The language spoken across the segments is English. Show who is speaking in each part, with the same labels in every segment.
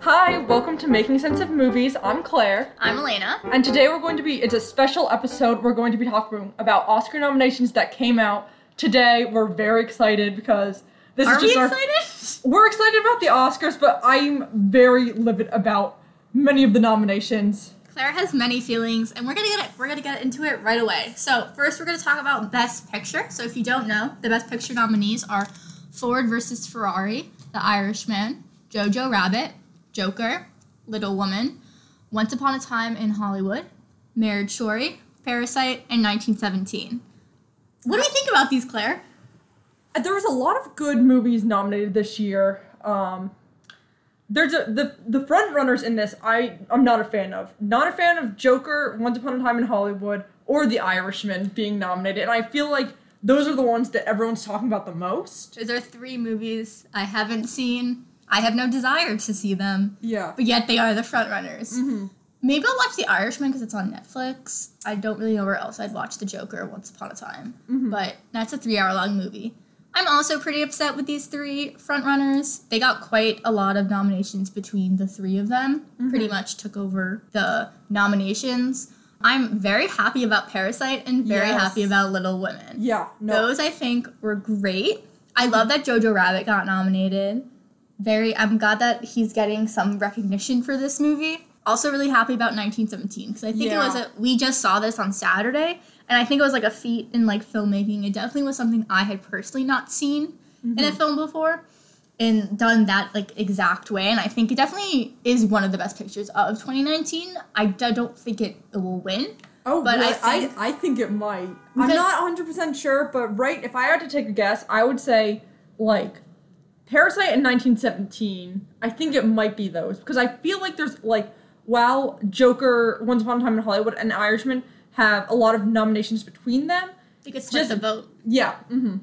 Speaker 1: Hi, welcome to Making Sense of Movies. I'm Claire,
Speaker 2: I'm Elena.
Speaker 1: and today we're going to be, it's a special episode. We're going to be talking about Oscar nominations that came out today. We're very excited because this
Speaker 2: Are
Speaker 1: is
Speaker 2: we
Speaker 1: just our.
Speaker 2: excited?
Speaker 1: We're excited about the Oscars, but I'm very livid about many of the nominations.
Speaker 2: Claire has many feelings, and we're gonna get it. We're gonna get into it right away. So first, we're gonna talk about Best Picture. So if you don't know, the Best Picture nominees are Ford versus Ferrari, The Irishman, Jojo Rabbit, Joker, Little Woman, Once Upon a Time in Hollywood, Marriage Story, Parasite, and 1917. What do we think about these, Claire?
Speaker 1: there was a lot of good movies nominated this year. Um, there's a, the the front runners in this. I I'm not a fan of. Not a fan of Joker, Once Upon a Time in Hollywood, or The Irishman being nominated. And I feel like those are the ones that everyone's talking about the most.
Speaker 2: Those are three movies I haven't seen. I have no desire to see them.
Speaker 1: Yeah. Mm-hmm.
Speaker 2: but yet they are the front runners. Maybe I'll watch The Irishman because it's on Netflix. I don't really know where else I'd watch The Joker Once Upon a Time,
Speaker 1: Mm-hmm.
Speaker 2: but that's a three hour long movie. I'm also pretty upset with these three front runners. They got quite a lot of nominations between the three of them,
Speaker 1: Mm-hmm.
Speaker 2: pretty much took over the nominations. I'm very happy about Parasite and very
Speaker 1: Yes.
Speaker 2: happy about Little Women.
Speaker 1: Yeah. No.
Speaker 2: Those I think were great. I love that Jojo Rabbit got nominated. Very, I'm glad that he's getting some recognition for this movie. Also, really happy about 1917 because I think
Speaker 1: Yeah.
Speaker 2: it was a, we just saw this on Saturday, and I think it was like a feat in like filmmaking. It definitely was something I had personally not seen in a
Speaker 1: Mm-hmm.
Speaker 2: film before, and done that like exact way. And I think it definitely is one of the best pictures of 2019. I d- don't think it, it will win.
Speaker 1: oh,
Speaker 2: but I
Speaker 1: really?
Speaker 2: think-
Speaker 1: I I think it might. I'm
Speaker 2: Because-
Speaker 1: not 100 percent sure, but right. If I had to take a guess, I would say like Parasite in 1917, I think it might be those because I feel like there's like while Joker, Once Upon a Time in Hollywood, and Irishman have a lot of nominations between them.
Speaker 2: They could split
Speaker 1: split
Speaker 2: the
Speaker 1: the
Speaker 2: vote,
Speaker 1: Yeah, mm-hmm.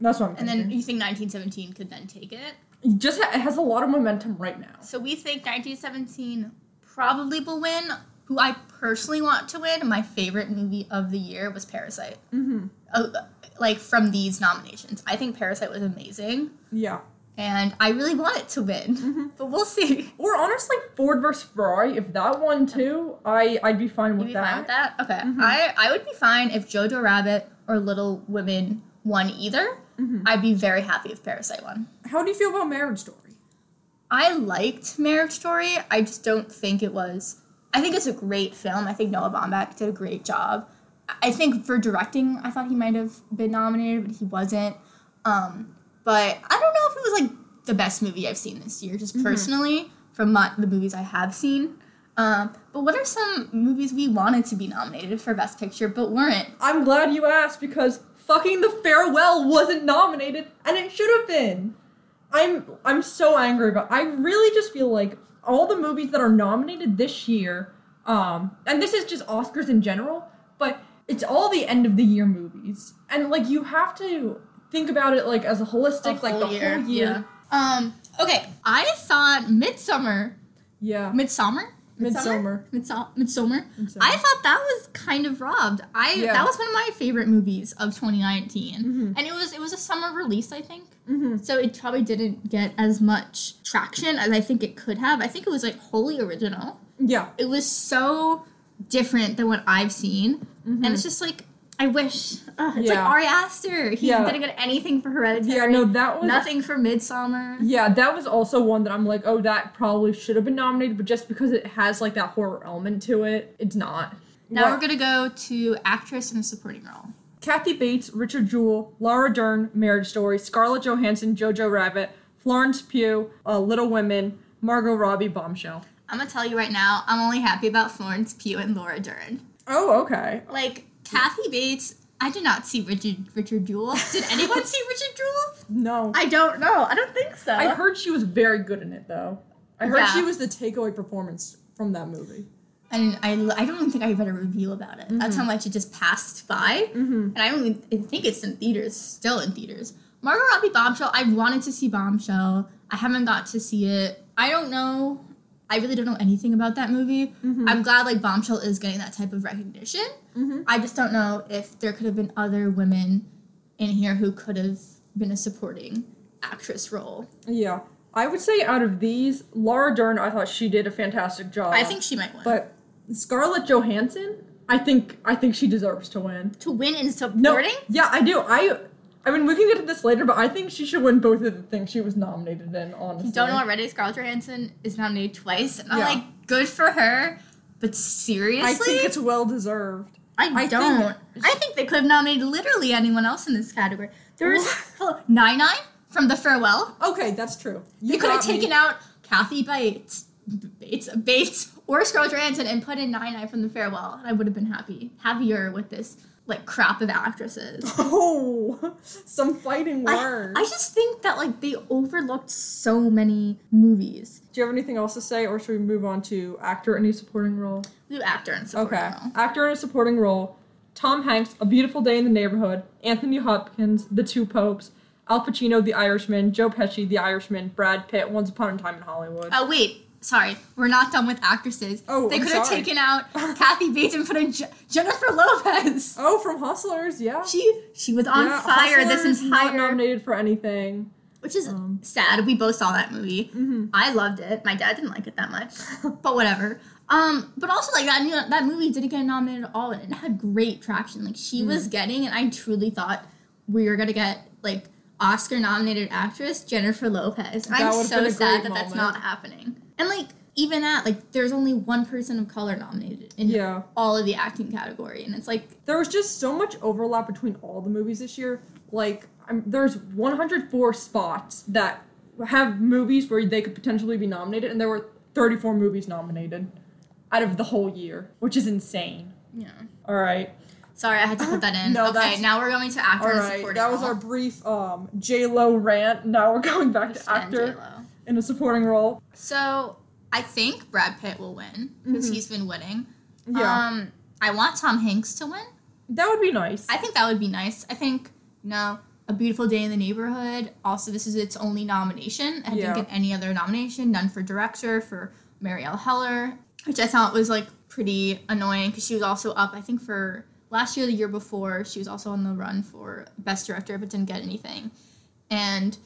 Speaker 1: that's what I'm
Speaker 2: and
Speaker 1: thinking.
Speaker 2: then you think 1917 could then take it.
Speaker 1: it just ha- it has a lot of momentum right now.
Speaker 2: So we think 1917 probably will win. Who I personally want to win, my favorite movie of the year was Parasite.
Speaker 1: Mm-hmm.
Speaker 2: Oh, like from these nominations, I think Parasite was amazing,
Speaker 1: Yeah,
Speaker 2: and I really want it to win. But we'll see.
Speaker 1: or honestly, Ford versus Ferrari. If that one too, I I'd be fine
Speaker 2: Would
Speaker 1: with
Speaker 2: be fine
Speaker 1: that.
Speaker 2: with that? Okay,
Speaker 1: Mhm.
Speaker 2: I I would be fine if Jojo Rabbit or Little Women won either.
Speaker 1: Mhm.
Speaker 2: I'd be very happy if Parasite won.
Speaker 1: How do you feel about Marriage Story?
Speaker 2: I liked Marriage Story. I just don't think it was. I think it's a great film. I think Noah Baumbach did a great job. I- I think for directing, I thought he might have been nominated, but he wasn't. Um, but I don't know if it was like the best movie I've seen this year,
Speaker 1: Mm-hmm.
Speaker 2: just personally from my, the movies I have seen. Um, but what are some movies we wanted to be nominated for Best Picture but weren't?
Speaker 1: I'm glad you asked because fucking The Farewell wasn't nominated and it should have been. I'm I'm so angry about I really just feel like all the movies that are nominated this year um and this is just Oscars in general, but it's all the end of the year movies. And like you have to think about it like as a holistic like the whole year.
Speaker 2: Yeah. Um, okay, I thought Midsummer.
Speaker 1: Yeah.
Speaker 2: Midsummer.
Speaker 1: Midsummer.
Speaker 2: Midsom- Midsommar.
Speaker 1: Midsummer.
Speaker 2: I thought that was kind of robbed. I
Speaker 1: Yeah. Mm-hmm.
Speaker 2: that was one of my favorite movies of 2019, and it was it was a summer release, I think.
Speaker 1: Mhm.
Speaker 2: So it probably didn't get as much traction as I think it could have. I think it was like wholly original.
Speaker 1: Yeah.
Speaker 2: It was so different than what I've seen, and it's just like I wish. Ugh, it's like
Speaker 1: Mm-hmm. Yeah.
Speaker 2: Ari Aster. He
Speaker 1: Yeah.
Speaker 2: didn't get anything for
Speaker 1: Yeah,
Speaker 2: Hereditary.
Speaker 1: no, that was
Speaker 2: nothing for Midsummer.
Speaker 1: Yeah, that was also one that I'm like, oh, that probably should have been nominated, but just because it has like that horror element to it, it's not.
Speaker 2: Now
Speaker 1: What-
Speaker 2: we're gonna go to actress in a supporting role.
Speaker 1: Kathy Bates, Richard Jewell, Laura Dern, Marriage Story, Scarlett Johansson, Jojo Rabbit, Florence Pugh, uh, Little Women, Margot Robbie, Bombshell.
Speaker 2: I'm gonna tell you right now, I'm only happy about Florence Pugh and Laura Dern.
Speaker 1: Oh, okay.
Speaker 2: Like Kathy Bates, I did not see Richard Richard Jewell. Did anyone see Richard Jewell?
Speaker 1: No,
Speaker 2: I don't know. I don't think so.
Speaker 1: I heard she was very good in it though. I heard
Speaker 2: Yeah.
Speaker 1: she was the takeaway performance from that movie.
Speaker 2: and I, I don't even think I read a review about it. That's how much it just passed by.
Speaker 1: Mm-hmm.
Speaker 2: And I don't even think it's in theaters, still in theaters. Margot Robbie Bombshell, I wanted to see Bombshell. I haven't got to see it. I don't know. I really don't know anything about that movie. I'm glad like Bombshell is getting that type of recognition.
Speaker 1: Mhm.
Speaker 2: I just don't know if there could have been other women in here who could have been a supporting actress role.
Speaker 1: Yeah. I would say out of these, Laura Dern, I thought she did a fantastic job.
Speaker 2: I think she might win.
Speaker 1: Uh, but Scarlett Johansson, I think I think she deserves to win.
Speaker 2: to win in supporting?
Speaker 1: No, yeah, I do. I, I mean, we can get to this later, but I think she should win both of the things she was nominated in. Honestly,
Speaker 2: You don't know already, Scarlett Johansson is nominated twice, and I'm
Speaker 1: Yeah.
Speaker 2: like, good for her. But seriously,
Speaker 1: I think it's well deserved.
Speaker 2: I
Speaker 1: I think-
Speaker 2: don't. I think they could have nominated literally anyone else in this category. There was hello, Nine Nine from The Farewell.
Speaker 1: Okay, that's true. You
Speaker 2: They could have
Speaker 1: got me.
Speaker 2: taken out Kathy Bates, Bates, Bates, or Scarlett Johansson and put in Nine Nine from The Farewell, and I would have been happy, happier with this like crap of actresses.
Speaker 1: Oh, some fighting
Speaker 2: I,
Speaker 1: words.
Speaker 2: I just think that like they overlooked so many movies.
Speaker 1: do you have anything else to say, or should we move on to actor in a supporting role?
Speaker 2: The actor and supporting
Speaker 1: Okay,
Speaker 2: role.
Speaker 1: actor in a supporting role: Tom Hanks, A Beautiful Day in the Neighborhood; Anthony Hopkins, The Two Popes; Al Pacino, The Irishman; Joe Pesci, The Irishman; Brad Pitt, Once Upon a Time in Hollywood.
Speaker 2: Oh wait, sorry, we're not done with actresses.
Speaker 1: Oh,
Speaker 2: they
Speaker 1: I'm
Speaker 2: could have
Speaker 1: sorry.
Speaker 2: taken out Kathy Bates and put in Je- Jennifer Lopez.
Speaker 1: Oh, from Hustlers, yeah.
Speaker 2: She she was on
Speaker 1: Yeah,
Speaker 2: fire
Speaker 1: Hustlers
Speaker 2: this
Speaker 1: not
Speaker 2: entire,
Speaker 1: nominated for anything.
Speaker 2: which is
Speaker 1: um, mm-hmm.
Speaker 2: sad. We both saw that movie. I loved it. My dad didn't like it that much, but whatever. Um, but also like that you know, that movie didn't get nominated at all, and it had great traction. Like she was
Speaker 1: Mm.
Speaker 2: getting, and I truly thought we were gonna get like Oscar nominated actress Jennifer Lopez. And I'm
Speaker 1: would've
Speaker 2: so
Speaker 1: been a
Speaker 2: sad that
Speaker 1: great
Speaker 2: that's
Speaker 1: moment.
Speaker 2: not happening. And like even that, like there's only one person of color nominated in
Speaker 1: Yeah.
Speaker 2: all of the acting category, and it's like
Speaker 1: There was just so much overlap between all the movies this year. Like, I'm, there's 104 spots that have movies where they could potentially be nominated, and there were 34 movies nominated out of the whole year, which is insane.
Speaker 2: you know.
Speaker 1: All right,
Speaker 2: Sorry, I had to put that in.
Speaker 1: No, that's-
Speaker 2: okay, now we're going to actor
Speaker 1: all
Speaker 2: and
Speaker 1: right.
Speaker 2: supporting
Speaker 1: That was
Speaker 2: role.
Speaker 1: our brief um, J Lo rant. Now we're going back to
Speaker 2: Stand
Speaker 1: actor
Speaker 2: J-Lo.
Speaker 1: in a supporting role.
Speaker 2: So I think Brad Pitt will win because he's been winning.
Speaker 1: Yeah,
Speaker 2: Um, I want Tom Hanks to win.
Speaker 1: that would be nice.
Speaker 2: I think that would be nice. I think you know, A Beautiful Day in the Neighborhood. Also, this is its only nomination. I
Speaker 1: Yeah.
Speaker 2: didn't get any other nomination. None for director for Marielle Heller, which I thought was like pretty annoying because she was also up. I think for last year, the year before, she was also on the run for best director, but didn't get anything. And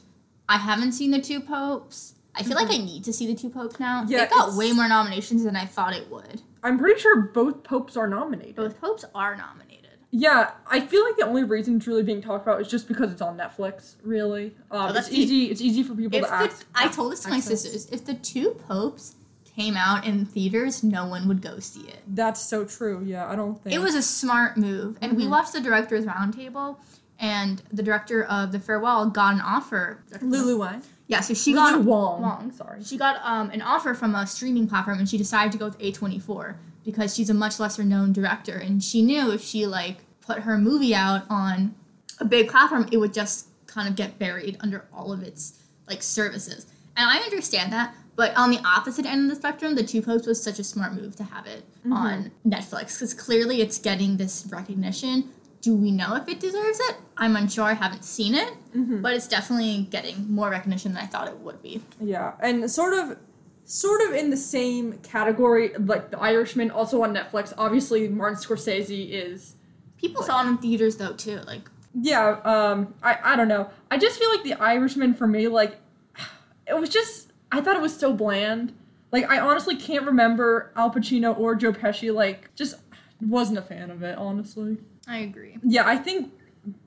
Speaker 2: I haven't seen the Two Popes. I feel like I need to see the Two Popes now.
Speaker 1: Mm-hmm. Yeah,
Speaker 2: it got
Speaker 1: it's-
Speaker 2: way more nominations than I thought it would.
Speaker 1: I'm pretty sure both popes are nominated.
Speaker 2: Both popes are nominated.
Speaker 1: Yeah, I feel like the only reason it's really being talked about is just because it's on Netflix. Really, um,
Speaker 2: Oh, that's
Speaker 1: it's easy. It's easy for people
Speaker 2: If
Speaker 1: to
Speaker 2: the,
Speaker 1: ask.
Speaker 2: I told this to my
Speaker 1: access.
Speaker 2: sisters. If the two popes came out in theaters, no one would go see it.
Speaker 1: That's so true. Yeah, Mm-hmm. I don't think
Speaker 2: It was a smart move, and we watched the director's roundtable. And the director of The Farewell got an offer.
Speaker 1: Lulu Wang.
Speaker 2: Yeah, so she
Speaker 1: Lulu
Speaker 2: got
Speaker 1: Wong.
Speaker 2: Wong.
Speaker 1: Sorry.
Speaker 2: She got um, an offer from a streaming platform, and she decided to go with A24 because she's a much lesser known director, and she knew if she like put her movie out on a big platform, it would just kind of get buried under all of its like services. And I understand that, but on the opposite end of the spectrum, the Two Popes was such a smart move to have it on Netflix because clearly it's getting this recognition. Do we know if it deserves it? I'm unsure. I haven't seen it, but it's definitely getting more recognition than I thought it would be.
Speaker 1: Yeah, and sort of, sort of in the same category, like The Irishman, also on Netflix. Obviously, Martin Scorsese is.
Speaker 2: People saw it in theaters though too. Like
Speaker 1: Yeah, um, I I don't know. I just feel like The Irishman for me, like, it was just. I thought it was so bland. Like, I honestly can't remember Al Pacino or Joe Pesci. Like, just wasn't a fan of it, honestly.
Speaker 2: I agree.
Speaker 1: Yeah, I think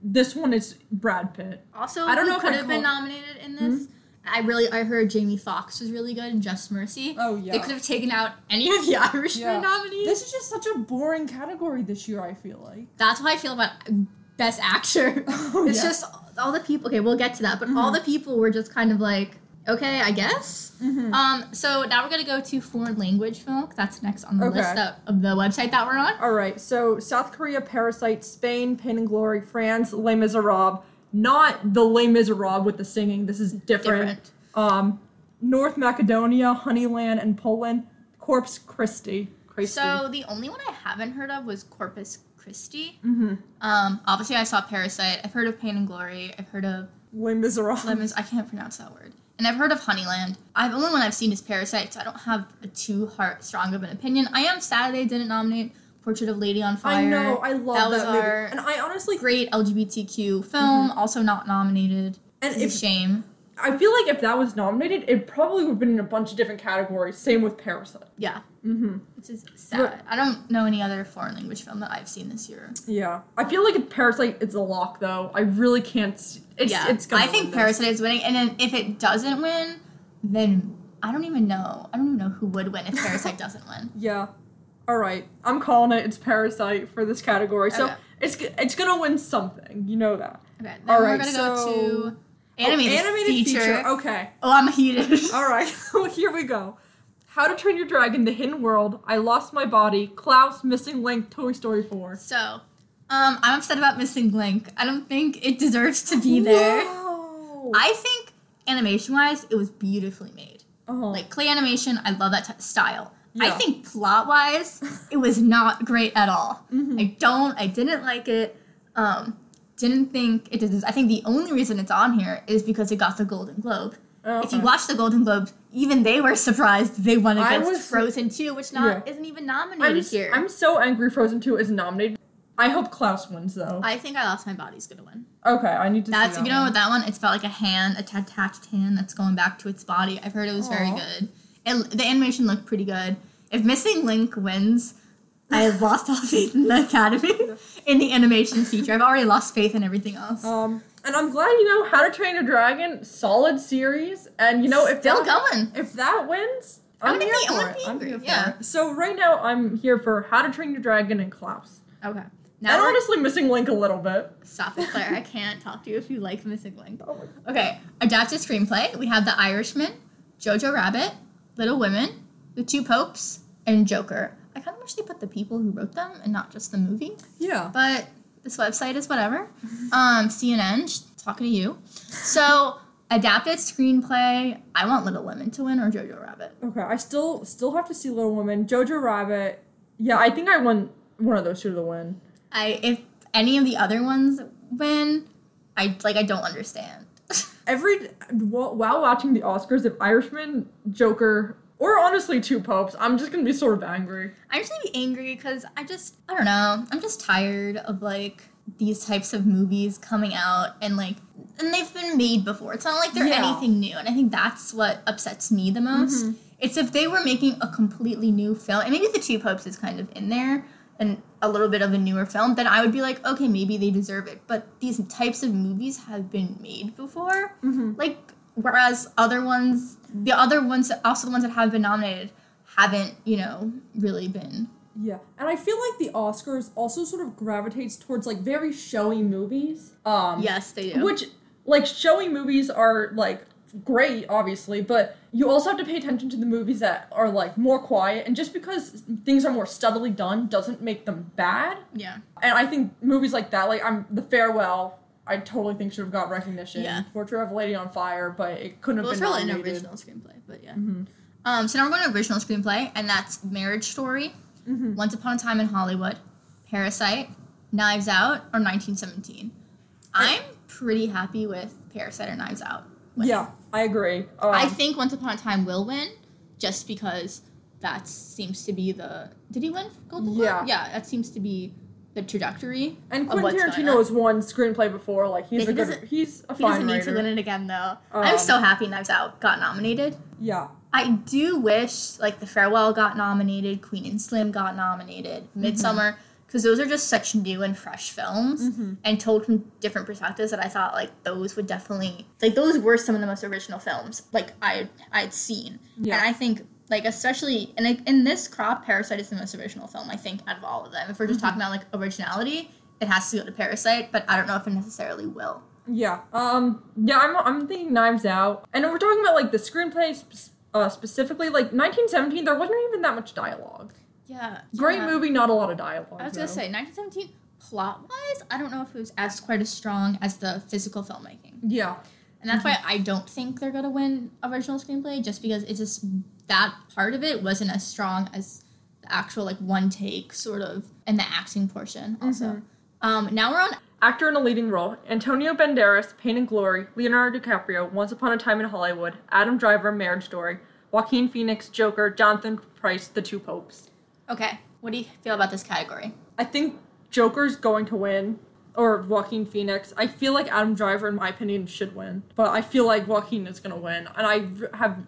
Speaker 1: this one is Brad Pitt.
Speaker 2: Also,
Speaker 1: I
Speaker 2: I
Speaker 1: don't know if
Speaker 2: could
Speaker 1: I
Speaker 2: have been
Speaker 1: call-
Speaker 2: nominated in this. I really I heard Jamie Foxx was really good in Just Mercy.
Speaker 1: Oh,
Speaker 2: They
Speaker 1: yeah.
Speaker 2: could have taken out any of the Irishman
Speaker 1: Yeah.
Speaker 2: nominees.
Speaker 1: This is just such a boring category this year. I feel like.
Speaker 2: That's how I feel about Best Actor. Hmm.
Speaker 1: Oh,
Speaker 2: it's
Speaker 1: yeah.
Speaker 2: just all the people. Okay, we'll get to that, but all the people were just kind of like, okay, I guess.
Speaker 1: mm-hmm.
Speaker 2: Um, so now we're gonna go to foreign language film. That's next on the
Speaker 1: Okay.
Speaker 2: list of, of the website that we're on.
Speaker 1: All right, so South Korea, Parasite, Spain, Pain and Glory, France, Les Miserables. Not the Les Miserables with the singing. This is different.
Speaker 2: Different.
Speaker 1: Um, North Macedonia, Honeyland, and Poland. Corpse Christi. Christi.
Speaker 2: So the only one I haven't heard of was Corpus Christi.
Speaker 1: Mm-hmm.
Speaker 2: Um, obviously, I saw Parasite. I've heard of Pain and Glory. I've heard of
Speaker 1: Les Miserables.
Speaker 2: Lemons. I can't pronounce that word. And I've heard of Honeyland. I've only one I've seen is Parasite, so I don't have a too heart strong of an opinion. I am sad they didn't nominate Portrait of Lady on Fire.
Speaker 1: I know. I love that,
Speaker 2: That was
Speaker 1: movie.
Speaker 2: our
Speaker 1: And I honestly,
Speaker 2: great LGBTQ film, also not nominated.
Speaker 1: And
Speaker 2: it's
Speaker 1: Mm-hmm. if-
Speaker 2: a shame.
Speaker 1: I feel like if that was nominated, it probably would have been in a bunch of different categories. Same with Parasite.
Speaker 2: Yeah,
Speaker 1: Mm-hmm.
Speaker 2: which is sad. I don't know any other foreign language film that I've seen this year.
Speaker 1: Yeah, I feel like Parasite it's a lock though. I really can't. s- It's,
Speaker 2: yeah,
Speaker 1: it's gonna
Speaker 2: I think
Speaker 1: win this.
Speaker 2: Parasite is winning, and then if it doesn't win, then I don't even know. I don't even know who would win if Parasite doesn't win.
Speaker 1: Yeah. All right. I'm calling it. It's Parasite for this category. So
Speaker 2: Okay.
Speaker 1: it's g- it's gonna win something. You know that.
Speaker 2: Okay, then
Speaker 1: All
Speaker 2: we're
Speaker 1: right,
Speaker 2: gonna
Speaker 1: so-
Speaker 2: go to animated,
Speaker 1: oh, animated
Speaker 2: feature.
Speaker 1: Okay.
Speaker 2: Oh, I'm heated.
Speaker 1: All right. well, here we go. How to Train Your Dragon: The Hidden World. I Lost My Body. Klaus. Missing Link. Toy Story 4.
Speaker 2: So, um, I'm upset about missing Link. I don't think it deserves to be there.
Speaker 1: Wow.
Speaker 2: I think animation-wise, it was beautifully made.
Speaker 1: oh.
Speaker 2: Like clay animation, I love that t- style. I
Speaker 1: Yeah.
Speaker 2: think plot-wise, it was not great at all.
Speaker 1: Mhm.
Speaker 2: I don't. I didn't like it. Um, didn't think it did. I think the only reason it's on here is because it got the Golden Globe.
Speaker 1: Oh,
Speaker 2: If you
Speaker 1: okay.
Speaker 2: watch the Golden Globes, even they were surprised they won
Speaker 1: I
Speaker 2: against
Speaker 1: was-
Speaker 2: Frozen 2, which not isn't even nominated
Speaker 1: I'm,
Speaker 2: here.
Speaker 1: I'm so angry. Frozen 2 is nominated. I hope Klaus wins though.
Speaker 2: I think I lost my body's gonna win.
Speaker 1: okay, I need to.
Speaker 2: That's
Speaker 1: see that
Speaker 2: you know
Speaker 1: one.
Speaker 2: with that one, it's about like a hand, a t- attached hand that's going back to its body. I've heard it was very
Speaker 1: Aw.
Speaker 2: good. It, the animation looked pretty good. If Missing Link wins, I have lost all faith in the Academy in the animation feature. I've already lost faith in everything else.
Speaker 1: Um, and I'm glad you know How to Train Your Dragon. Solid series, and you know if
Speaker 2: Still
Speaker 1: that,
Speaker 2: going.
Speaker 1: if that wins,
Speaker 2: I'm
Speaker 1: I'm
Speaker 2: gonna
Speaker 1: here
Speaker 2: be- I'm
Speaker 1: for
Speaker 2: gonna
Speaker 1: it.
Speaker 2: be
Speaker 1: I'm
Speaker 2: angry,
Speaker 1: here for
Speaker 2: yeah.
Speaker 1: it. So right now I'm here for How to Train Your Dragon and Klaus.
Speaker 2: Okay.
Speaker 1: and
Speaker 2: Now we're
Speaker 1: honestly, missing Link a little bit.
Speaker 2: stop it, Claire. I can't talk to you if you like Missing Link.
Speaker 1: Oh my God.
Speaker 2: Okay, adapted screenplay. We have The Irishman, Jojo Rabbit, Little Women, The Two Popes, and Joker. I kind of wish they put the people who wrote them and not just the movie,
Speaker 1: Yeah.
Speaker 2: but this website is whatever. Um, CNN, sh- talking to you. So, adapted screenplay. I want Little Women to win or Jojo Rabbit.
Speaker 1: Okay. I still still have to see Little Women, Jojo Rabbit. Yeah, I think I won one of those two to the win.
Speaker 2: I if any of the other ones win, I like I don't understand.
Speaker 1: Every while while watching the Oscars, if Irishman, Joker, or honestly Two Popes, I'm just gonna be sort of angry.
Speaker 2: I'm just gonna be angry because I just I don't know. I'm just tired of like these types of movies coming out and like and they've been made before. It's not like they're
Speaker 1: Yeah.
Speaker 2: anything new, and I think that's what upsets me the most. It's if they were making a completely new film, and maybe the Two Popes is kind of in there and a little bit of a newer film, then I would be like, okay, maybe they deserve it. But these types of movies have been made before. Like whereas other ones the other ones also the ones that have been nominated haven't, you know, really been
Speaker 1: Yeah, and I feel like the Oscars also sort of gravitates towards like very showy movies. Um,
Speaker 2: Yes, they
Speaker 1: which like showy movies are like great, obviously, but you also have to pay attention to the movies that are like more quiet. And just because things are more stubbily done doesn't make them bad.
Speaker 2: yeah.
Speaker 1: And I think movies like that, like I'm The Farewell, I totally think should have got recognition.
Speaker 2: Yeah.
Speaker 1: Portrait of a Lady on Fire, but it couldn't have
Speaker 2: Well, it's
Speaker 1: been
Speaker 2: really an
Speaker 1: nominated. Mm-hmm.
Speaker 2: original screenplay, but yeah. Um, so now we're going to original screenplay, and that's Marriage Story,
Speaker 1: Mm-hmm.
Speaker 2: Once Upon a Time in Hollywood, Parasite, Knives Out, or 1917. I'm pretty happy with Parasite or Knives Out. winning.
Speaker 1: Yeah, I agree. Um,
Speaker 2: I think Once Upon a Time will win, just because that seems to be the. Did he win Golden Globe?
Speaker 1: Yeah.
Speaker 2: Yeah, that seems to be the trajectory.
Speaker 1: and
Speaker 2: of
Speaker 1: Quentin
Speaker 2: what's going
Speaker 1: Tarantino
Speaker 2: on.
Speaker 1: has won screenplay before. Like he's
Speaker 2: Yeah, he
Speaker 1: a good,
Speaker 2: doesn't-
Speaker 1: he's a
Speaker 2: He
Speaker 1: fine
Speaker 2: doesn't need
Speaker 1: writer.
Speaker 2: to win it again, though.
Speaker 1: Um,
Speaker 2: I'm so happy Knives Out got nominated.
Speaker 1: Yeah.
Speaker 2: I do wish like The Farewell got nominated, Queen and Slim got nominated, Midsummer, because those are just such new and fresh films and told from different perspectives that I thought like those would definitely like those were some of the most original films like I I'd seen.
Speaker 1: Yeah.
Speaker 2: And I think like especially and like in this crop, Parasite is the most original film I think out of all of them. If we're just talking about like originality, it has to go to Parasite, but I don't know if it necessarily will.
Speaker 1: Yeah. Um. Yeah. I'm. I'm thinking Knives Out, and we're talking about like the screenplay sp- uh, specifically. Like 1917, there wasn't even that much dialogue.
Speaker 2: Yeah.
Speaker 1: Great movie, not a lot of dialogue.
Speaker 2: I was
Speaker 1: though.
Speaker 2: gonna say 1917 plot wise, I don't know if it was as quite as strong as the physical filmmaking,
Speaker 1: Yeah.
Speaker 2: and that's why I don't think they're gonna win original screenplay, just because it's just that part of it wasn't as strong as the actual like one take sort of and the acting portion
Speaker 1: Mm-hmm.
Speaker 2: also. Um, now we're on
Speaker 1: Actor in a leading role: Antonio Banderas, Pain and Glory; Leonardo DiCaprio, Once Upon a Time in Hollywood; Adam Driver, Marriage Story; Joaquin Phoenix, Joker; Jonathan Price, The Two Popes.
Speaker 2: okay. What do you feel about this category?
Speaker 1: I think Joker's going to win. or Joaquin Phoenix. I feel like Adam Driver, in my opinion, should win, but I feel like Joaquin is gonna win, and I r- have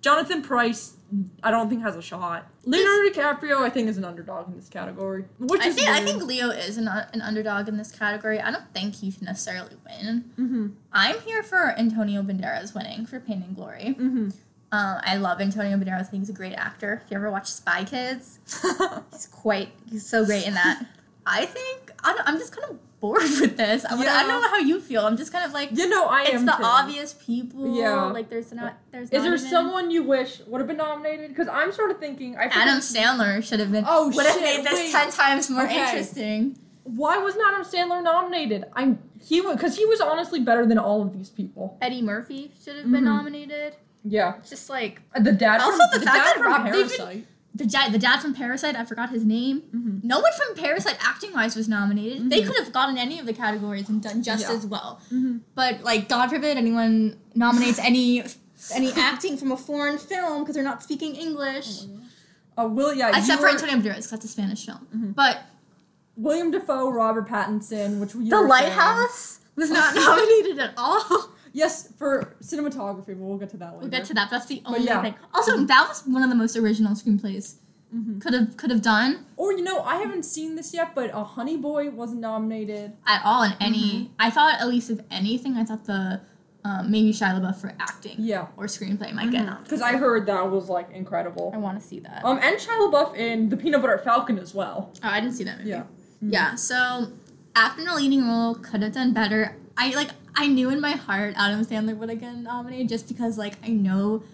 Speaker 1: Jonathan Price. I don't think has a shot. Leonardo DiCaprio, I think, is an underdog in this category, which
Speaker 2: I
Speaker 1: is
Speaker 2: think I
Speaker 1: weird.
Speaker 2: think Leo is an, an underdog in this category. I don't think he should necessarily win.
Speaker 1: Mhm.
Speaker 2: I'm here for Antonio Banderas winning for Pain and Glory.
Speaker 1: Mhm.
Speaker 2: Um, I love Antonio Banderas. I think he's a great actor. If you ever watch Spy Kids,
Speaker 1: Mm-hmm.
Speaker 2: he's quite he's so great in that. I think I don't, I'm just kind of bored with this. I, wanna- I don't
Speaker 1: Yeah.
Speaker 2: know how you feel. I'm just kind of like
Speaker 1: you know, I
Speaker 2: it's
Speaker 1: am.
Speaker 2: the
Speaker 1: too.
Speaker 2: obvious people.
Speaker 1: Yeah.
Speaker 2: like there's not there's
Speaker 1: Is
Speaker 2: not
Speaker 1: there
Speaker 2: even-
Speaker 1: someone you wish would have been nominated? Because I'm sort of thinking. I forget-
Speaker 2: Adam Sandler should have been.
Speaker 1: Oh,
Speaker 2: would have
Speaker 1: shit,
Speaker 2: made this
Speaker 1: wait.
Speaker 2: ten times more
Speaker 1: Okay.
Speaker 2: interesting.
Speaker 1: Why wasn't Adam Sandler nominated? I'm he was because he was honestly better than all of these people.
Speaker 2: Eddie Murphy should have
Speaker 1: Mhm.
Speaker 2: been nominated.
Speaker 1: Yeah,
Speaker 2: Just like
Speaker 1: the dad.
Speaker 2: Also,
Speaker 1: from,
Speaker 2: the
Speaker 1: the
Speaker 2: fact
Speaker 1: dad
Speaker 2: that
Speaker 1: from
Speaker 2: Rob David-
Speaker 1: Parasite.
Speaker 2: the dad, the dad from Parasite, I forgot his name.
Speaker 1: Mhm.
Speaker 2: No one from Parasite acting wise was nominated. They
Speaker 1: Mhm.
Speaker 2: could have gotten any of the categories and done just
Speaker 1: Yeah.
Speaker 2: as well.
Speaker 1: Mhm.
Speaker 2: But like, God forbid anyone nominates any any acting from a foreign film because they're not speaking English,
Speaker 1: Uh, Will, yeah,
Speaker 2: except
Speaker 1: you Mm-hmm.
Speaker 2: for
Speaker 1: were-
Speaker 2: Antonio Banderas because that's a Spanish film. But
Speaker 1: William Defoe, Robert Pattinson, which we
Speaker 2: The Lighthouse was not nominated at
Speaker 1: Oh,
Speaker 2: all.
Speaker 1: Yes, for cinematography, but we'll get to that later.
Speaker 2: We'll get to that. That's the only
Speaker 1: yeah.
Speaker 2: thing. Also, that was one of the most original screenplays
Speaker 1: Mhm.
Speaker 2: could have could have done
Speaker 1: or you know, I haven't seen this yet, but a Honey Boy wasn't nominated.
Speaker 2: at all in any.
Speaker 1: Mm-hmm.
Speaker 2: I thought at least if anything, I thought the um, maybe Shia LaBeouf for acting
Speaker 1: Yeah,
Speaker 2: or screenplay might get nominated.
Speaker 1: because I heard that was like
Speaker 2: I
Speaker 1: incredible.
Speaker 2: want to see that.
Speaker 1: Um, and Shia LaBeouf in The Peanut Butter Falcon as well.
Speaker 2: Oh, I didn't see that movie.
Speaker 1: Yeah. Mm. Mm-hmm.
Speaker 2: Yeah. So acting in a leading role could have done better. I like I knew in my heart Adam Sandler would have gotten nominated just because like I know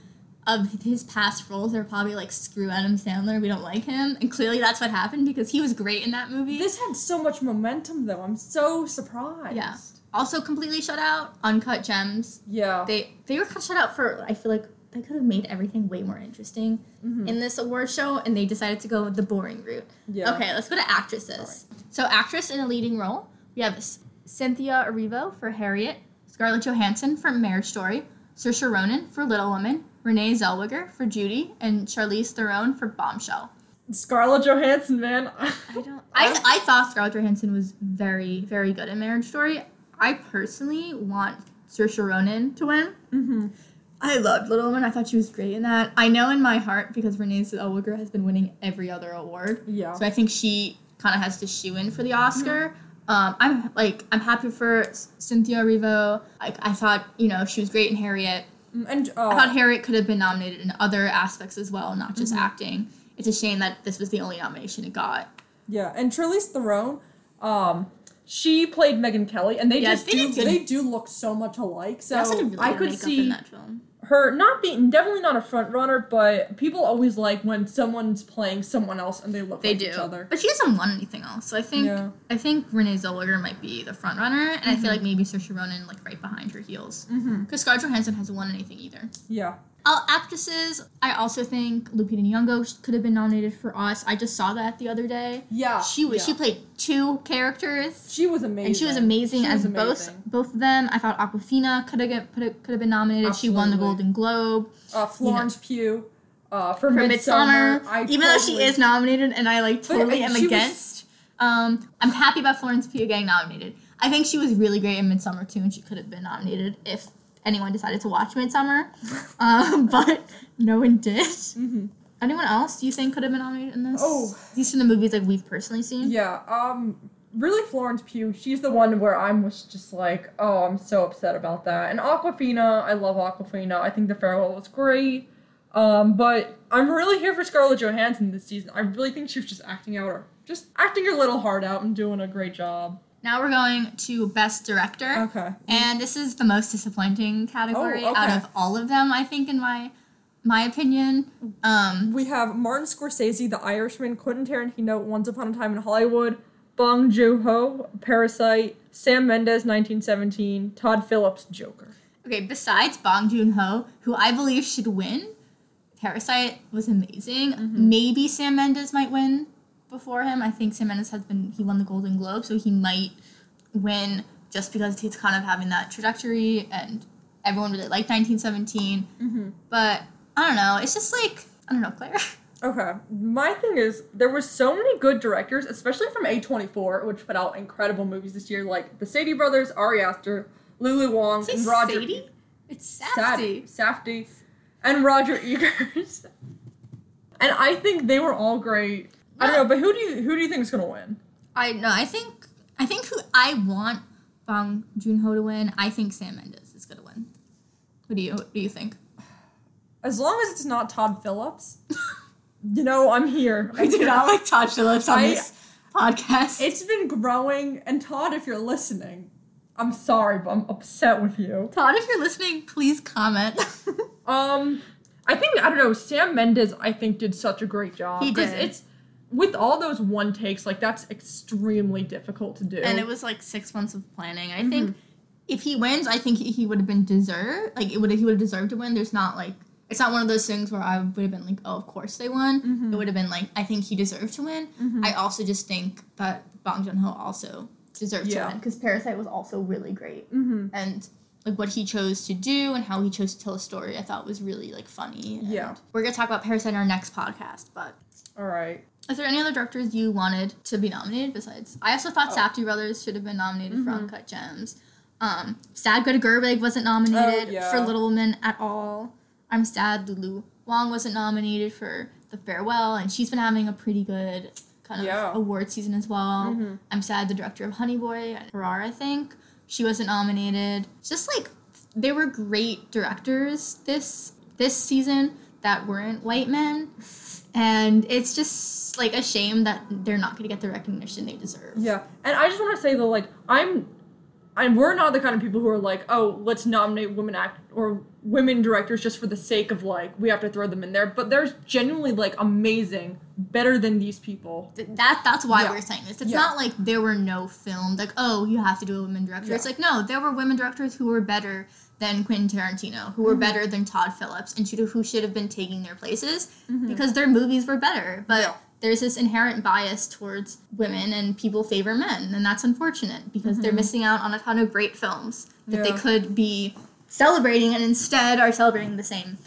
Speaker 2: of his past roles they're probably like screw Adam Sandler, we don't like him. And clearly that's what happened because he was great in that movie.
Speaker 1: This had so much momentum, though. I'm so surprised.
Speaker 2: Yeah. also completely shut out Uncut Gems.
Speaker 1: Yeah.
Speaker 2: They they were kind of shut out for I feel like they could have made everything way more interesting
Speaker 1: Mhm.
Speaker 2: in this award show and they decided to go the boring route.
Speaker 1: yeah.
Speaker 2: Okay, let's go to actresses. So, actress in a leading role, we have S- Cynthia Erivo for Harriet, Scarlett Johansson for Marriage Story, Saoirse Ronan for Little Women, Renee Zellweger for Judy, and Charlize Theron for Bombshell.
Speaker 1: Scarlett Johansson, man.
Speaker 2: I don't. I, I thought Scarlett Johansson was very, very good in Marriage Story. I personally want Saoirse Ronan to win.
Speaker 1: mm-hmm.
Speaker 2: I loved Little Women. I thought she was great in that. I know in my heart because Renee Zellweger has been winning every other award.
Speaker 1: Yeah.
Speaker 2: So I think she kind of has to shoe in for the Oscar. Um, I'm like I'm happy for S- Cynthia Erivo. I, I thought you know she was great in Harriet.
Speaker 1: Mm, And
Speaker 2: I thought
Speaker 1: uh,
Speaker 2: Harriet could have been nominated in other aspects as well, not just acting. It's a shame that this was the only nomination it got.
Speaker 1: yeah, and Charlize Theron, um, she played Megan Kelly, and they
Speaker 2: Yeah,
Speaker 1: just
Speaker 2: they
Speaker 1: do
Speaker 2: did good.
Speaker 1: they do look so much alike.
Speaker 2: They
Speaker 1: So
Speaker 2: also did really
Speaker 1: I
Speaker 2: good
Speaker 1: could
Speaker 2: makeup
Speaker 1: see
Speaker 2: in that film.
Speaker 1: her not being definitely not a front runner, but people always like when someone's playing someone else and they look
Speaker 2: They
Speaker 1: like
Speaker 2: do,
Speaker 1: each other.
Speaker 2: but she hasn't won anything else. So I think
Speaker 1: Yeah.
Speaker 2: I think Renee Zellweger might be the front runner, and I feel like maybe Saoirse Ronan like right behind her heels
Speaker 1: Mm-hmm.
Speaker 2: because Scarlett Johansson hasn't won anything either.
Speaker 1: Yeah.
Speaker 2: All actresses, I also think Lupita Nyong'o could have been nominated for Us. I just saw that the other day.
Speaker 1: Yeah.
Speaker 2: She was
Speaker 1: Ah, yeah.
Speaker 2: she played two characters,
Speaker 1: She was amazing.
Speaker 2: and she was amazing
Speaker 1: She
Speaker 2: as
Speaker 1: was amazing.
Speaker 2: both both of them. I thought Aquafina could have get- could have- could have been nominated. She won the
Speaker 1: Absolutely.
Speaker 2: Golden Globe
Speaker 1: Uh, Florence Pugh. Uh, for,
Speaker 2: for
Speaker 1: Midsummer,
Speaker 2: Midsummer, even though she is nominated, and I like
Speaker 1: But,
Speaker 2: totally
Speaker 1: uh,
Speaker 2: am
Speaker 1: she was-
Speaker 2: against. Um, I'm happy about Florence Pugh getting nominated. I think she was really great in Midsummer too, and she could have been nominated if anyone decided to watch Midsummer. um, but no one did.
Speaker 1: Mm-hmm.
Speaker 2: Anyone else do you think could have been nominated in this?
Speaker 1: Oh.
Speaker 2: these are the movies like we've personally seen.
Speaker 1: Yeah, um really Florence Pugh, she's the one where I was just like, oh, I'm so upset about that. And Aquafina, I love Aquafina. I think the farewell was great. Um, but I'm really here for Scarlett Johansson this season. I really think she was just acting out her just acting her little heart out and doing a great job.
Speaker 2: Now we're going to Best Director,
Speaker 1: Okay.
Speaker 2: and this is the most disappointing category
Speaker 1: Oh, okay.
Speaker 2: out of all of them. I think, in my my opinion. Um,
Speaker 1: We have Martin Scorsese, The Irishman, Quentin Tarantino, Once Upon a Time in Hollywood, Bong Joon-ho, Parasite, Sam Mendes, 1917, Todd Phillips, Joker.
Speaker 2: okay, besides Bong Joon Ho, who I believe should win, Parasite was amazing. Maybe Sam Mendes might win before him. I think Sam Mendes has been he won the Golden Globe, so he might win just because he's kind of having that trajectory and everyone really liked 1917.
Speaker 1: Mm-hmm.
Speaker 2: But I don't know. It's just like I don't know, Claire.
Speaker 1: Okay. My thing is, there were so many good directors, especially from A24, which put out incredible movies this year, like the Sadie Brothers, Ari Aster, Lulu Wong,
Speaker 2: Say
Speaker 1: and Roger.
Speaker 2: Sadie? It's
Speaker 1: Sad-
Speaker 2: Safdie.
Speaker 1: Safdie. And Roger Egers. and I think they were all great. I don't
Speaker 2: Yeah.
Speaker 1: know, but who do you who do you think is gonna win?
Speaker 2: I no, I think I think who I want Bong Joon Ho to win. I think Sam Mendes is gonna win. What do you What do you think?
Speaker 1: As long as it's not Todd Phillips, you know I'm here. I'm here.
Speaker 2: like Todd Phillips
Speaker 1: on this
Speaker 2: podcast.
Speaker 1: It's been growing, and Todd, if you're listening, I'm sorry, but I'm upset with you.
Speaker 2: Todd, if you're listening, please comment.
Speaker 1: Um, I think I don't know. Sam Mendes, I think, did such a great job.
Speaker 2: He
Speaker 1: 'Cause
Speaker 2: did.
Speaker 1: It's with all those one takes, like that's extremely difficult to do. Mm-hmm.
Speaker 2: and it was like six months of planning. I think if he wins, I think he, he would have been deserved. Like it would he would have deserved to win. There's not like it's not one of those things where I would have been like, oh, of course they won.
Speaker 1: Mm-hmm.
Speaker 2: It would have been like I think he deserved to win. I also just think that Bong Joon Ho also deserved
Speaker 1: Yeah.
Speaker 2: to win because Parasite was also really great
Speaker 1: Mhm.
Speaker 2: and. Like what he chose to do and how he chose to tell a story, I thought was really like funny. and
Speaker 1: Yeah.
Speaker 2: we're gonna talk about Parasite in our next podcast, but
Speaker 1: all right.
Speaker 2: is there any other directors you wanted to be nominated besides? I also thought
Speaker 1: Oh. Mm-hmm.
Speaker 2: Safdie Brothers should have been nominated for Uncut Gems. Um, sad Greta Gerwig wasn't nominated
Speaker 1: Oh, yeah.
Speaker 2: for Little Women at all. I'm sad Lulu Wong wasn't nominated for The Farewell, and she's been having a pretty good kind of
Speaker 1: Yeah.
Speaker 2: award season as well.
Speaker 1: Mhm.
Speaker 2: I'm sad the director of Honey Boy, Harar, I think, she wasn't nominated. Just like they were great directors this this season that weren't white men and it's just like a shame that they're not going to get the recognition they deserve.
Speaker 1: Yeah, and I just want to say though, like I'm, I'm we're not the kind of people who are like, oh, let's nominate women act or women directors just for the sake of like we have to throw them in there. But there's genuinely like amazing, better than these people.
Speaker 2: Th- That that's why
Speaker 1: Yeah.
Speaker 2: we're saying this. It's
Speaker 1: Yeah.
Speaker 2: not like there were no films like oh you have to do a women director. It's
Speaker 1: Yeah.
Speaker 2: like no, there were women directors who were better than Quentin Tarantino,
Speaker 1: Mm-hmm.
Speaker 2: who were better than Todd Phillips, and should have- who should have been taking their places because their movies were better. But
Speaker 1: Mm-hmm. Yeah.
Speaker 2: there's this inherent bias towards women and people favor men, and that's unfortunate because they're missing out on a ton of great films that
Speaker 1: Mm-hmm. Yeah.
Speaker 2: they could be celebrating and instead are celebrating the same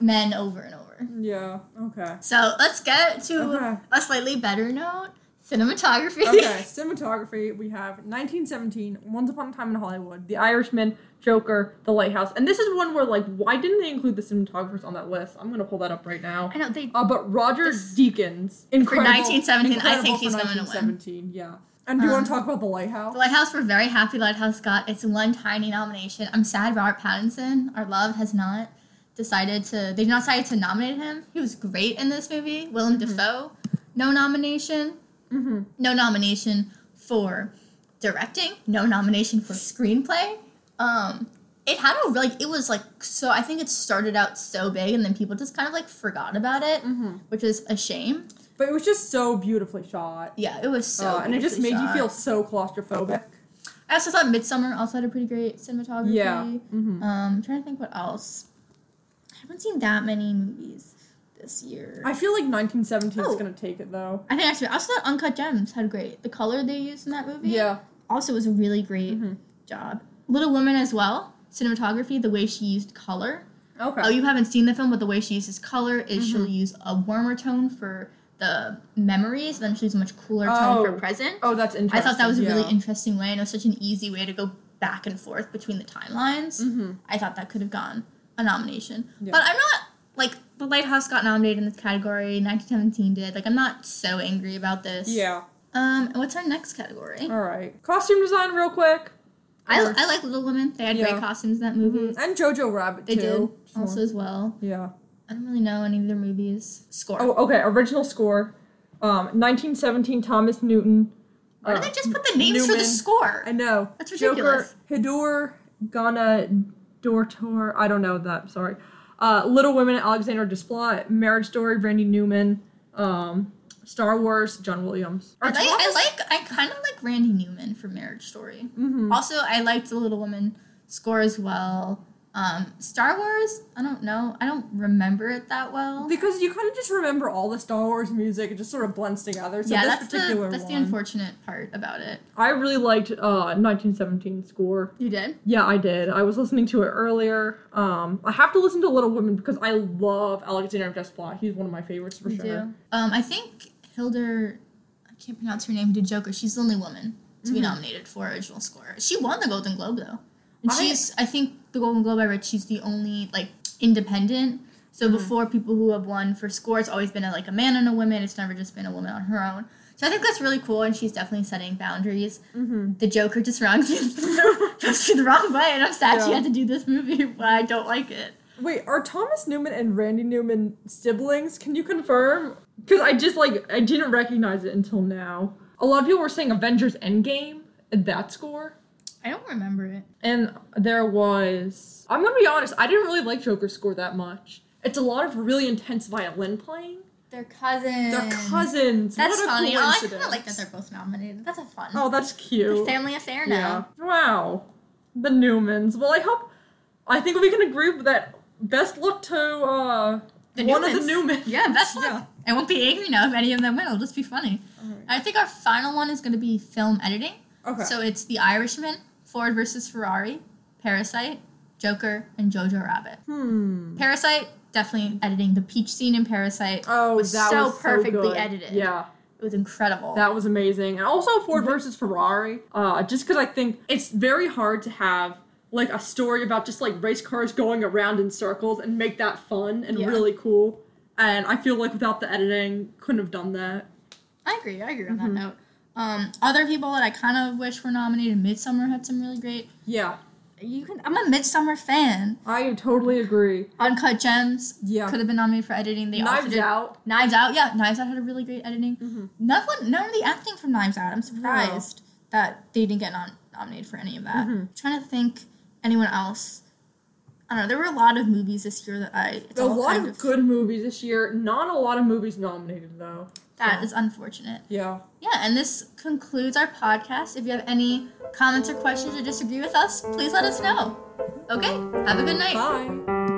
Speaker 2: men over and over.
Speaker 1: Yeah. Okay.
Speaker 2: So let's get to
Speaker 1: Okay.
Speaker 2: a slightly better note cinematography.
Speaker 1: okay, cinematography. We have 1917, Once Upon a Time in Hollywood, The Irishman, Joker, The Lighthouse, and this is one where like, why didn't they include the cinematographers on that list? I'm gonna pull that up right now.
Speaker 2: I know they.
Speaker 1: Uh, but Roger Deakins, incredible
Speaker 2: 1917, I
Speaker 1: incredible
Speaker 2: think
Speaker 1: for
Speaker 2: he's gonna win. Um,
Speaker 1: 1917, yeah. And do you want to talk about The Lighthouse?
Speaker 2: The Lighthouse, we're very happy Lighthouse got its one tiny nomination. I'm sad Robert Pattinson, our love, has not decided to, they've not decided to nominate him. He was great in this movie. Willem
Speaker 1: Mm-hmm.
Speaker 2: Dafoe, no nomination.
Speaker 1: Mhm.
Speaker 2: No nomination for directing, no nomination for screenplay. Um, it had a like it was like so I think it started out so big and then people just kind of like forgot about it,
Speaker 1: Mm.
Speaker 2: which is a shame.
Speaker 1: But it was just so beautifully shot,
Speaker 2: Yeah, it was so
Speaker 1: uh, and it just made
Speaker 2: beautifully
Speaker 1: you
Speaker 2: shot.
Speaker 1: feel so claustrophobic.
Speaker 2: I also thought Midsummer also had a pretty great cinematography.
Speaker 1: Yeah, Mm-hmm.
Speaker 2: Um, I'm trying to think what else. I haven't seen that many movies this year.
Speaker 1: I feel like 1917 is
Speaker 2: Oh.
Speaker 1: gonna take it though.
Speaker 2: I think actually, I also thought Uncut Gems had great. The color they used in that movie
Speaker 1: Yeah, Mm-hmm.
Speaker 2: also was a really great job. Little Women as well, cinematography, the way she used color.
Speaker 1: okay.
Speaker 2: Oh, you haven't seen the film, but the way she uses color is she'll
Speaker 1: Mm-hmm.
Speaker 2: use a warmer tone for the memories, then she'll use a much cooler tone
Speaker 1: Oh.
Speaker 2: for present.
Speaker 1: oh, that's
Speaker 2: I
Speaker 1: interesting.
Speaker 2: thought that was a really
Speaker 1: yeah.
Speaker 2: interesting way, and it was such an easy way to go back and forth between the timelines.
Speaker 1: Mhm.
Speaker 2: I thought that could have gone a nomination.
Speaker 1: Yeah.
Speaker 2: But I'm not like the Lighthouse got nominated in this category, 1917 did. Like I'm not so angry about this.
Speaker 1: Yeah.
Speaker 2: Um, and what's our next category?
Speaker 1: All right. Costume design, real quick.
Speaker 2: I,
Speaker 1: or-
Speaker 2: I like Little Women. They had
Speaker 1: Yeah.
Speaker 2: great costumes in that movie.
Speaker 1: Mm-hmm. And Jojo Rabbit
Speaker 2: They did
Speaker 1: too. Sure.
Speaker 2: also as well.
Speaker 1: Yeah.
Speaker 2: I don't really know any of their movies. Score.
Speaker 1: Oh, okay. Original score, um, 1917. Thomas Newton.
Speaker 2: Why
Speaker 1: uh,
Speaker 2: did they just put the names for the
Speaker 1: Newman.
Speaker 2: score?
Speaker 1: I know.
Speaker 2: That's ridiculous.
Speaker 1: Joker, Hidor, Ghana, Dortor. I don't know that. Sorry. Uh, Little Women, Alexander Desplat, Marriage Story, Randy Newman, um, Star Wars, John Williams.
Speaker 2: I
Speaker 1: Or
Speaker 2: like, I like I kind of like Randy Newman for Marriage Story.
Speaker 1: Mhm.
Speaker 2: Also, I liked the Little Woman score as well. Um, Star Wars, I don't know. I don't remember it that well.
Speaker 1: Because you kind of just remember all the Star Wars music, it just sort of blends together. So
Speaker 2: yeah,
Speaker 1: this
Speaker 2: that's
Speaker 1: particular
Speaker 2: the that's the
Speaker 1: one-
Speaker 2: unfortunate part about it.
Speaker 1: I really liked uh 1917 score.
Speaker 2: You did?
Speaker 1: Yeah, I did. I was listening to it earlier. Um, I have to listen to Little Women because I love Alexander Desplat. He's one of my favorites for
Speaker 2: you
Speaker 1: sure.
Speaker 2: do. Um, I think Hildur, I can't pronounce her name, did Joker. She's the only woman to be
Speaker 1: Mhm.
Speaker 2: nominated for original score. She won the Golden Globe though, and
Speaker 1: I-
Speaker 2: she's I think the Golden Globe I read she's the only like independent. So
Speaker 1: Mhm.
Speaker 2: before people who have won for score, it's always been a, like a man and a woman. It's never just been a woman on her own. So I think that's really cool, and she's definitely setting boundaries.
Speaker 1: Mm-hmm.
Speaker 2: The Joker just wrongs you, goes you the wrong way, and I'm sad she
Speaker 1: Yeah.
Speaker 2: had to do this movie, but I don't like it.
Speaker 1: Wait, are Thomas Newman and Randy Newman siblings? Can you confirm? Because I just like I didn't recognize it until now. A lot of people were saying Avengers Endgame and that score,
Speaker 2: I don't remember it.
Speaker 1: and there was. I'm gonna be honest. I didn't really like Joker's score that much. It's a lot of really intense violin playing.
Speaker 2: They're cousins.
Speaker 1: They're cousins.
Speaker 2: That's
Speaker 1: what a
Speaker 2: funny. Oh, I
Speaker 1: Coincidence.
Speaker 2: kind of like that they're both nominated. That's a fun
Speaker 1: Oh, that's
Speaker 2: the
Speaker 1: cute.
Speaker 2: family affair
Speaker 1: Yeah.
Speaker 2: now.
Speaker 1: Wow. The Newmans. Well, I hope. I think we can agree with that. Best luck to uh,
Speaker 2: The
Speaker 1: one of
Speaker 2: Newmans.
Speaker 1: the Newmans.
Speaker 2: Yeah, best luck.
Speaker 1: Yeah.
Speaker 2: I won't be angry now if any of them win. It'll just be funny. I think our final one is going to be film editing.
Speaker 1: Okay.
Speaker 2: So it's The Irishman, Ford versus Ferrari, Parasite, Joker, and Jojo Rabbit.
Speaker 1: hmm.
Speaker 2: Parasite, definitely editing the peach scene in Parasite.
Speaker 1: Oh,
Speaker 2: was
Speaker 1: that
Speaker 2: so
Speaker 1: was
Speaker 2: perfectly
Speaker 1: good.
Speaker 2: edited.
Speaker 1: Yeah,
Speaker 2: It was incredible.
Speaker 1: that was amazing. And also Ford versus Ferrari. Uh, just because I think it's very hard to have like a story about just like race cars going around in circles and make that fun and
Speaker 2: Yeah.
Speaker 1: really cool. And I feel like without the editing, couldn't have done that.
Speaker 2: I agree. I agree on
Speaker 1: Mhm.
Speaker 2: that note. Um, other people that I kind of wish were nominated, Midsummer had some really great.
Speaker 1: Yeah,
Speaker 2: You can. I'm a Midsummer fan.
Speaker 1: I totally agree.
Speaker 2: Uncut Gems
Speaker 1: Yeah,
Speaker 2: could have been nominated for editing. They also
Speaker 1: Knives
Speaker 2: did-
Speaker 1: Out.
Speaker 2: Knives Out. Yeah, Knives Out had a really great editing.
Speaker 1: Mhm.
Speaker 2: None, one, none of the acting from Knives Out. I'm surprised that they didn't get nom- nominated for any of that.
Speaker 1: Mhm.
Speaker 2: I'm trying to think anyone else. I don't know. There were a lot of movies this year that I. It's
Speaker 1: a
Speaker 2: all
Speaker 1: lot
Speaker 2: kind
Speaker 1: of, good movies this year. Not a lot of movies nominated though.
Speaker 2: That is unfortunate.
Speaker 1: Yeah.
Speaker 2: Yeah, and this concludes our podcast. If you have any comments or questions or disagree with us, please let us know. Okay, have a good night.
Speaker 1: Bye.